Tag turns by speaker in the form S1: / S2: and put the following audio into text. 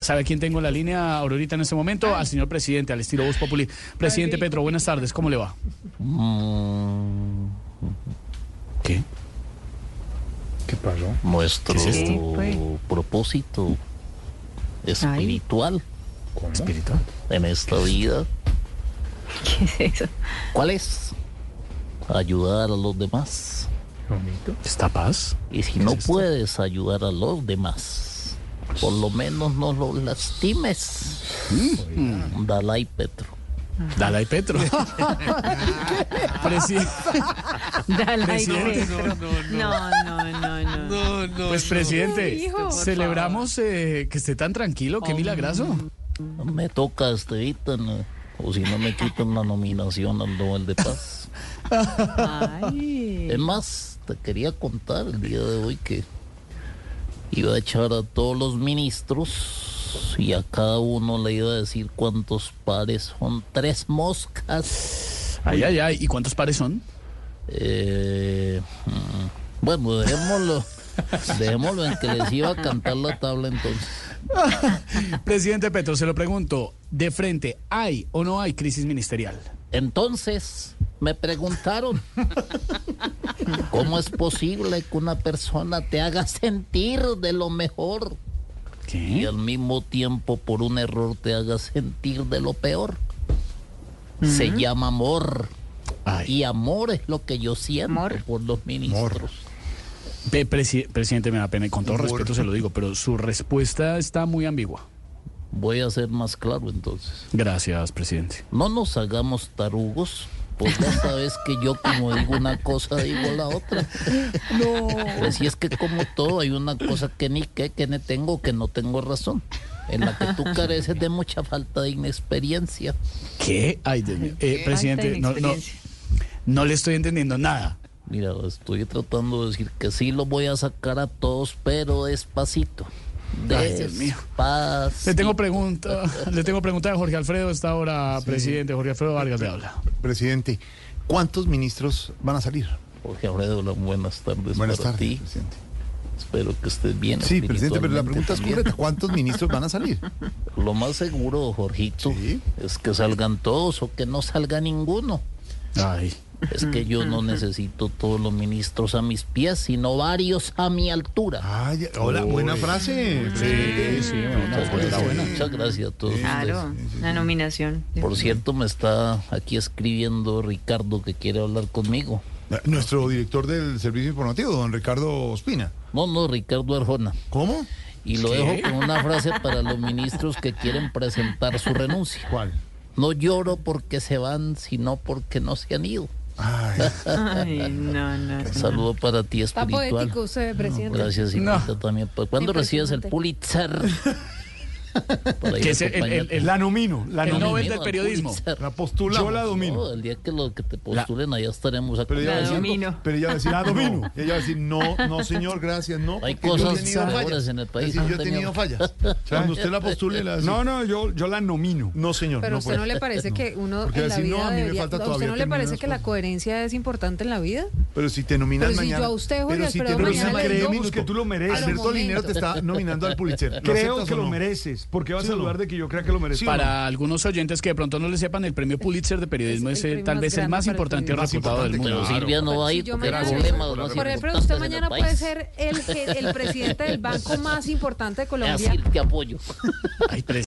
S1: ¿Sabe a quién tengo en la línea, Aurorita, en este momento? Al señor presidente, al estilo Voz Populi. Presidente Petro, buenas tardes, ¿cómo le va?
S2: Mm,
S1: ¿Qué?
S3: ¿Qué pasó?
S2: Nuestro
S1: ¿Qué es esto?
S4: Sí, pues.
S2: propósito espiritual
S3: ¿Cómo?
S1: ¿Espiritual?
S2: en esta vida,
S4: ¿Qué es eso?
S2: ¿cuál es? Ayudar a los demás.
S3: ¿Bonito?
S1: ¿Está paz?
S2: Y si
S1: ¿Qué
S2: no
S1: es esto?
S2: puedes ayudar a los demás, por lo menos no los lastimes. Dalai Petro.
S4: Ah.
S1: Dalai Petro. Presi-
S4: Dalai
S1: Presidente.
S4: Petro. No, no, no, no.
S1: pues, presidente,
S4: Uy, hijo, por Oh.
S1: celebramos eh, que esté tan tranquilo, qué milagroso.
S2: Me toca Estevita, ¿no? o si no me quitan la nominación al Nobel de Paz.
S4: Ay.
S2: Es más, te quería contar el día de hoy que iba a echar a todos los ministros y a cada uno le iba a decir cuántos pares son tres moscas.
S1: Ay, ay, ay. ¿Y cuántos pares son?
S2: Eh, mm, bueno, dejémoslo, dejémoslo en que les iba a cantar la tabla entonces.
S1: Presidente Petro, se lo pregunto, de frente, ¿hay o no hay crisis ministerial?
S2: Entonces me preguntaron, ¿cómo es posible que una persona te haga sentir de lo mejor? y
S1: ¿Qué?
S2: al mismo tiempo por un error te haga sentir de lo peor. Se llama amor.
S1: Ay,
S2: Y amor es lo que yo siento
S4: Amor.
S2: por los ministros.
S1: pe- presi- presidente, me da pena, y con todo
S3: Por-
S1: respeto se lo digo, pero su respuesta está muy ambigua.
S2: Voy a ser más claro entonces.
S1: Gracias, presidente.
S2: No nos hagamos tarugos. Porque esta vez que yo como digo una cosa, digo la otra.
S1: No.
S2: Pues si es que como todo hay una cosa que ni que, que no tengo, que no tengo razón. En la que tú careces de mucha falta de inexperiencia.
S1: ¿Qué? Ay, Dios mío. Eh, presidente, no, no, no le estoy entendiendo nada.
S2: Mira, estoy tratando de decir que sí lo voy a sacar a todos, pero despacito.
S1: Ay, Dios mío.
S2: Despacito.
S1: Le tengo pregunta, le tengo pregunta de Jorge Alfredo a esta hora, presidente. Jorge Alfredo Vargas le habla.
S3: Presidente, ¿cuántos ministros van a salir?
S1: Pues
S2: Jorge Alfredo, hola, buenas tardes
S3: Buenas
S2: para
S3: tardes,
S2: ti.
S3: presidente.
S2: Espero que estés bien.
S3: Sí, presidente, pero la pregunta es
S2: espiritualmente
S3: correcta. ¿Cuántos ministros van a salir?
S2: también. Lo más seguro, Jorgito,
S3: Sí.
S2: es que salgan todos o que no salga ninguno.
S1: Ay.
S2: Es que yo no necesito todos los ministros a mis pies, sino varios a mi altura.
S3: Ay, hola, buena
S1: Uy.
S3: frase.
S1: Sí, sí, bueno,
S2: Muchas
S3: pues,
S2: gracias,
S3: está buena.
S2: muchas gracias a todos ustedes.
S4: Claro, la nominación.
S2: Por cierto, me está aquí escribiendo Ricardo que quiere hablar conmigo.
S3: Eh, Nuestro director del servicio informativo, don Ricardo Ospina.
S2: No, no, Ricardo Arjona.
S3: ¿Cómo?
S2: Y lo dejo con una frase para los ministros que quieren presentar su renuncia.
S3: ¿Cuál?
S2: No lloro porque se van, sino porque no se han ido.
S3: Ay,
S4: Ay, no, no.
S2: Un saludo para ti,
S5: Está
S2: espiritual.
S5: poético usted, presidente.
S2: Gracias, y
S1: No.
S2: también. Pues, ¿Cuándo recibes el
S5: Impresionante.
S2: Pulitzer? Para ir
S1: Que es el, el-
S2: acompañado.
S1: el- el-
S6: La nomino, la
S1: El
S6: nomino.
S1: Nobel
S2: Miedo
S1: del
S2: al
S1: periodismo.
S2: Pulitzer.
S6: La postulamos. Yo la
S2: No, el día que los que te postulen, allá estaremos
S3: pero ella va a
S4: La
S3: decir,
S4: domino.
S3: pero ella va a decir,
S6: La
S3: no.
S6: domino.
S3: Ella va a decir, no, no, señor, gracias, no.
S2: Hay
S3: porque yo he
S2: cosas
S3: tenido
S2: peores
S3: fallas.
S2: en el país,
S3: Es decir,
S2: han
S3: yo he
S2: tenido.
S3: tenido fallas. Cuando usted la postule, la
S6: No, no, yo, yo la nomino.
S3: no, señor.
S5: Pero a usted
S3: puede.
S5: no le parece que uno
S3: Porque
S5: en la
S3: decir, no,
S5: vida
S3: a mí me
S5: debería-
S3: falta
S5: usted
S3: todavía
S5: no le
S3: terminar
S5: parece
S3: las
S5: que la
S3: cosas.
S5: coherencia es importante en la vida?
S3: Pero si te nominan
S5: Pero si
S3: mañana.
S5: yo a usted, Jorge
S3: pero si te
S5: Alfredo,
S3: nominan
S5: mañana
S3: mañana.
S5: le digo-
S6: Creemos que tú lo mereces.
S3: Alberto
S5: Pero
S3: Linero te está nominando al Pulitzer. ¿Lo
S6: Creo
S3: aceptas
S6: que
S3: o
S6: lo
S3: no?
S6: mereces, porque vas
S3: Sí,
S6: a
S3: no.
S6: lugar de que yo crea que lo mereces.
S1: Para algunos oyentes que de pronto no le sepan, el premio Pulitzer de periodismo
S5: Es
S1: es,
S5: el
S1: eh,
S5: premio
S1: tal
S5: más
S1: vez el
S5: grande
S1: más
S5: para el
S1: importante
S5: periodismo.
S3: Más
S1: resultado del
S3: importante,
S1: mundo.
S2: Pero
S3: Claro.
S2: Silvia no va a
S5: Si
S2: ir
S5: yo
S2: porque era
S5: mañana-
S2: problema de los
S5: Por ejemplo, usted
S2: importantes en
S5: mañana
S2: el
S5: puede
S2: país.
S5: ser el, je- el presidente del banco más importante de
S2: A
S5: Colombia.
S2: Silvia apoyo.
S1: Ay, pres-